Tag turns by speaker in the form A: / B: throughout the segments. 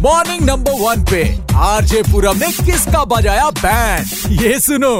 A: Number one पे RJ पूरम ने किसका बजाया बैंड ये सुनो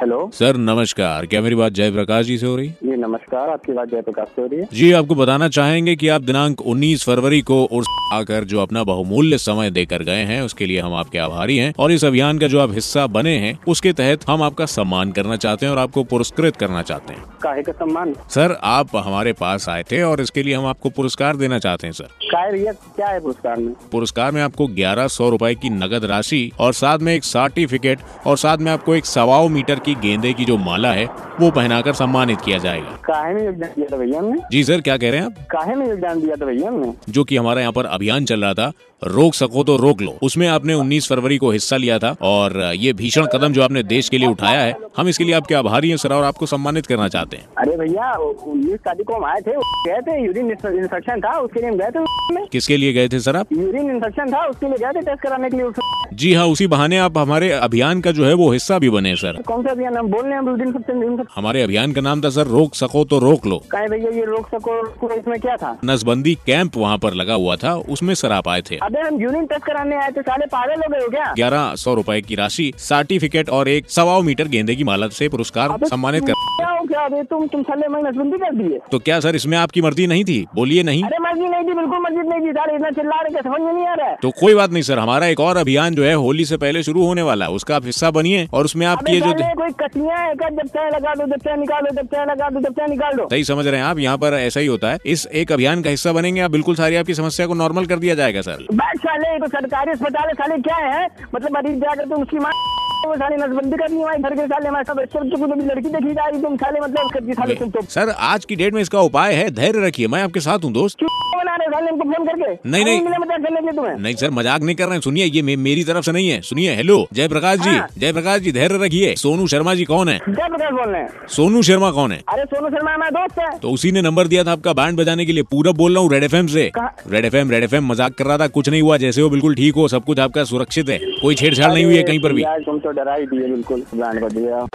B: हेलो
C: सर नमस्कार क्या मेरी बात जयप्रकाश जी से हो रही है?
B: जी नमस्कार आपकी बात जयप्रकाश से हो रही है
C: जी आपको बताना चाहेंगे कि आप दिनांक 19 फरवरी को उर्स आकर जो अपना बहुमूल्य समय देकर गए हैं उसके लिए हम आपके आभारी हैं और इस अभियान का जो आप हिस्सा बने हैं उसके तहत हम आपका सम्मान करना चाहते हैं और आपको पुरस्कृत करना चाहते हैं
B: काहे का सम्मान
C: सर आप हमारे पास आए थे और इसके लिए हम आपको पुरस्कार देना चाहते हैं सर
B: काय भैया क्या है पुरस्कार में
C: पुरस्कार में आपको ग्यारह सौ रूपए की नगद राशि और साथ में एक सर्टिफिकेट और साथ में आपको एक सवाओ मीटर की गेंदे की जो माला है वो पहनाकर सम्मानित किया जाएगा
B: काहे में योगदान दिया था भैया हमने
C: जी सर क्या कह रहे हैं आप
B: काहे में योगदान दिया था भैया हमने
C: जो कि हमारे यहाँ पर अभियान चल रहा था रोक सको तो रोक लो उसमें आपने 19 फरवरी को हिस्सा लिया था और ये भीषण कदम जो आपने देश के लिए उठाया है हम इसके लिए आपके आभारी हैं सर और आपको सम्मानित करना चाहते हैं
B: अरे भैया उन्नीस तारीख को हम आए थे गए थे यूरिन इंफेक्शन था उसके लिए हम गए थे में
C: किसके लिए गए थे सर आप
B: यूरिन इंफेक्शन था उसके लिए गए थे टेस्ट कराने के लिए उस-
C: जी हाँ उसी बहाने आप हमारे अभियान का जो है वो हिस्सा भी बने सर
B: कौन सा भैया हम बोल रहे हैं हम यूरिन इंफेक्शन
C: हमारे अभियान का नाम था सर रोक सको तो रोक लो
B: काहे भैया ये रोक सको रोको, इसमें क्या था
C: नसबंदी कैंप वहाँ पर लगा हुआ था उसमें सर आप आए थे
B: अबे हम यूरिन टेस्ट कराने आए थे साले पागल हो गए हो क्या
C: ग्यारह सौ रूपए की राशि सर्टिफिकेट और एक सवा मीटर गेंदे की माला से पुरस्कार
B: अबे
C: सम्मानित
B: तुम
C: कर
B: क्या हो क्या अबे तुम तुम साले हमारी नसबंदी कर दिए
C: तो क्या सर इसमें आपकी मर्जी नहीं थी बोलिए नहीं
B: अरे मस्जिद नहीं थी बिल्कुल मस्जिद नहीं थी साले इतना चिल्ला रहे थे समझ में नहीं आ रहा है
C: तो कोई बात नहीं सर हमारा एक और अभियान जो है होली से पहले शुरू होने वाला है उसका आप हिस्सा बनिए और उसमें आप
B: अबे
C: ये जो
B: साले कोई कटिया है क्या जब चाहे लगा दो जब चाहे निकाल दो जब चाहे लगा दो जब चाहे निकाल दो
C: सही समझ रहे हैं आप यहाँ पर ऐसा ही होता है इस एक अभियान का हिस्सा बनेंगे आप बिल्कुल सारी आपकी समस्या को नॉर्मल कर दिया जाएगा सर
B: बैठ साले ये तो सरकारी अस्पताल है साले क्या है मतलब मरीज जाकर तुम उसकी माँ वो साले नसबंदी करनी हमारे घर के साले हमारे सब बच्चे बच्चे को भी लड़की देखी जा रही तुम साले मतलब कर दी साले तुम तो
C: सर आज की डेट में इसका उपाय है धैर्य रखिए मैं आपके साथ हूँ दोस्त
B: क्यों तो बना रहे हो साले हमको फोन करके
C: नहीं, नहीं।
B: मिले मजाक करने के लिए तुम्हें
C: नहीं सर मजाक नहीं कर रहे हैं सुनिए ये मे- मेरी तरफ से नहीं है सुनिए हेलो जयप्रकाश जी
B: हाँ।
C: जयप्रकाश जी धैर्य रखिए सोनू शर्मा जी कौन है
B: क्या प्रकार बोल रहे हैं
C: सोनू शर्मा कौन है
B: अरे सोनू शर्मा हमारा दोस्त है
C: तो उसी ने नंबर दिया था आपका बैंड बजाने के लिए पूरा बोल रहा हूँ रेड एफ से
B: कहाँ-
C: red F M red F मजाक कर रहा था कुछ नहीं हुआ जैसे हो बिल्कुल ठीक हो सब कुछ आपका सुरक्षित है कोई छेड़छाड़ नहीं हुई है कहीं पर भी
B: यार तुम तो डरा ही दिए बिल्कुल ब्रांड बदल गया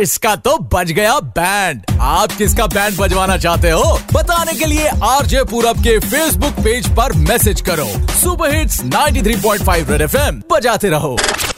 A: इसका तो बज गया बैंड आप किसका बैंड बजवाना चाहते हो बताने के लिए आरजे पूरब के फेसबुक पेज पर मैसेज करो सुपर हिट्स 93.5 रेड एफएम बजाते रहो